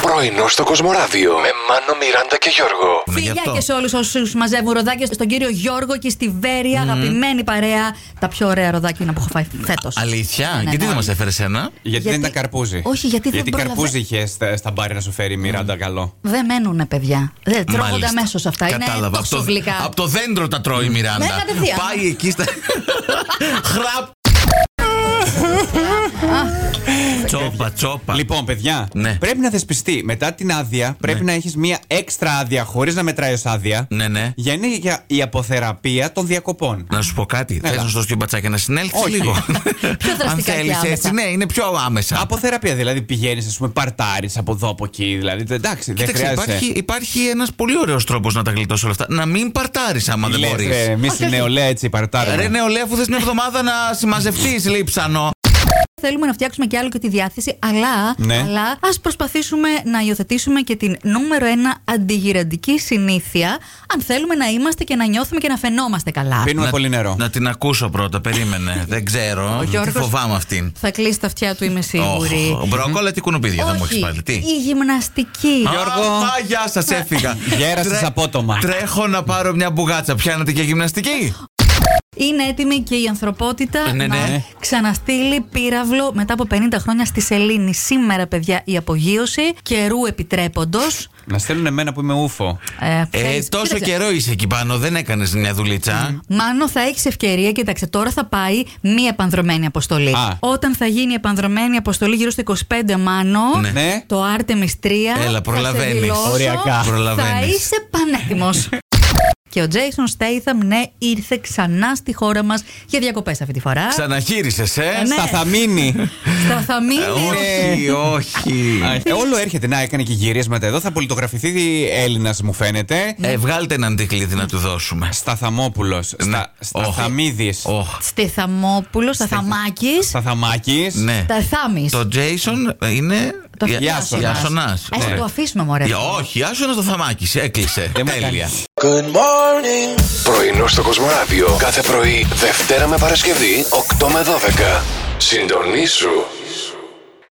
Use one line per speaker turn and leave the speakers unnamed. Πρωινό στο Κοσμοράδιο με Μάνο, Μιράντα και Γιώργο.
Μα γι'
Φιλιά
αυτό.
και σε όλους όσους μαζεύουν ροδάκια, στον κύριο Γιώργο και στη Βέρεια, αγαπημένη παρέα. Τα πιο ωραία ροδάκια είναι που έχω φάει φέτος.
Αλήθεια.
Ναι,
και τι
ναι.
δεν μας έφερε ένα.
Γιατί,
Γιατί-
δεν ήταν καρπούζι.
Όχι, γιατί δεν πρόλαβα.
καρπούζι είχε στα, στα μπάρια να σου φέρει η Μιράντα καλό.
Δεν μένουν, παιδιά. Δεν τρώγονται
Μάλιστα.
αμέσως αυτά.
Κατάλαβα.
Είναι
από, το,
τόσο γλυκά.
από το δέντρο τα τρώει η Μιράντα.
Ναι, κατευθείαν.
Πάει εκεί στα. Χραπ. τσόπα, τσόπα.
Λοιπόν, παιδιά,
Ναι.
πρέπει να θεσπιστεί. Μετά την άδεια πρέπει να έχεις μία έξτρα άδεια χωρίς να μετράει ως άδεια.
Ναι, ναι.
Για να είναι για η αποθεραπεία των διακοπών.
Να σου πω κάτι. Θες να σου δώσω και μπατσάκια να συνέλθεις
Όχι.
λίγο. Αν
δραστικά και
θέλεις
άμεσα.
έτσι, ναι, είναι πιο άμεσα.
Αποθεραπεία, δηλαδή πηγαίνεις, ας πούμε, παρτάρεις από εδώ από εκεί. Δηλαδή, εντάξει, δεν
Κοίταξε,
χρειάζεται.
υπάρχει, υπάρχει ένας πολύ ωραίος τρόπος να τα γλιτώσεις όλα αυτά. Να μην παρτάρεις άμα δεν μπορεί.
Εμεί
Όχι,
η
όχι.
νεολαία έτσι
Ρε ναι.
παρτάρουμε.
νεολαία, αφού θες μια εβδομάδα να συμμαζευτείς, λείψανο.
Θέλουμε να φτιάξουμε και άλλο και τη διάθεση, αλλά,
Ναι.
αλλά ας προσπαθήσουμε να υιοθετήσουμε και την νούμερο ένα αντιγυραντική συνήθεια, αν θέλουμε να είμαστε και να νιώθουμε και να φαινόμαστε καλά.
Πίνουμε
Να-
πολύ νερό.
Να την ακούσω πρώτα, περίμενε. Δεν ξέρω. Τη
Γιώργος-
Φοβάμαι αυτήν.
Θα κλείσει τα αυτιά του, είμαι σίγουρη.
Ωχ, Μπρόκολα τι κουνουπίδια θα μου έχεις
Όχι,
πάλι. Τι.
η γυμναστική.
Α,
Γιώργο.
α, γεια σας, έφυγα.
Γέρασες
Τρέ-
απότομα.
Τρέχω να πάρω μια μπουγάτσα. Πιάνετε και γυμναστική.
Είναι έτοιμη και η ανθρωπότητα
Ε, ναι,
να
ναι.
ξαναστείλει πύραυλο μετά από 50 χρόνια στη Σελήνη. Σήμερα, παιδιά, η απογείωση καιρού επιτρέποντος.
Να στέλνουν εμένα που είμαι ούφο.
Ε,
Ε,
ευχαριστώ.
τόσο
Κοίταξε,
καιρό είσαι εκεί πάνω, δεν έκανες μια δουλίτσα.
Μάνο, θα έχεις ευκαιρία. Κοίταξε, τώρα θα πάει μία επανδρομένη αποστολή.
Α.
Όταν θα γίνει η επανδρομένη αποστολή γύρω στο 25 Μάνο,
Ναι.
Ναι.
το Artemis 3.
Έλα,
θα σε
προλαβαίνεις.
δηλώσω,
Οριακά.
Θα
Προλαβαίνεις.
είσαι πανέτοιμος. Και ο Jason Statham, ναι, ήρθε ξανά στη χώρα μας για διακοπές αυτή τη φορά.
Ξαναχείρισε, ε.
ναι.
Στα θα μείνει.
Στα θα μείνει.
Ε, Όχι, όχι.
Α, ε, Όλο έρχεται να έκανε και γυρίες μετά εδώ. Θα πολιτογραφηθεί Έλληνας, μου φαίνεται.
ναι.
Ε, βγάλτε έναν τυκλίδι να του δώσουμε.
Σταθαμόπουλο.
Ναι. Όχι.
Σταθαμίδη.
Οχ.
Στη Θαμόπουλο, στα Θαμάκη,
Σταθαμάκη.
Ναι.
τα Θάμης.
Το Jason είναι.
Το
Γεια-
Ιάσονας.
Ιάσονας.
Ας
Ναι.
το αφήσουμε, μωρέ.
Για- Όχι, Ιάσονα το θαμάκι, έκλεισε.
Δεν μου
Τέλεια.
κάνεις.
Πρωινό στο Κοσμοράδιο κάθε πρωί, Δευτέρα με Παρασκευή, 8 με 12. Συντονίσου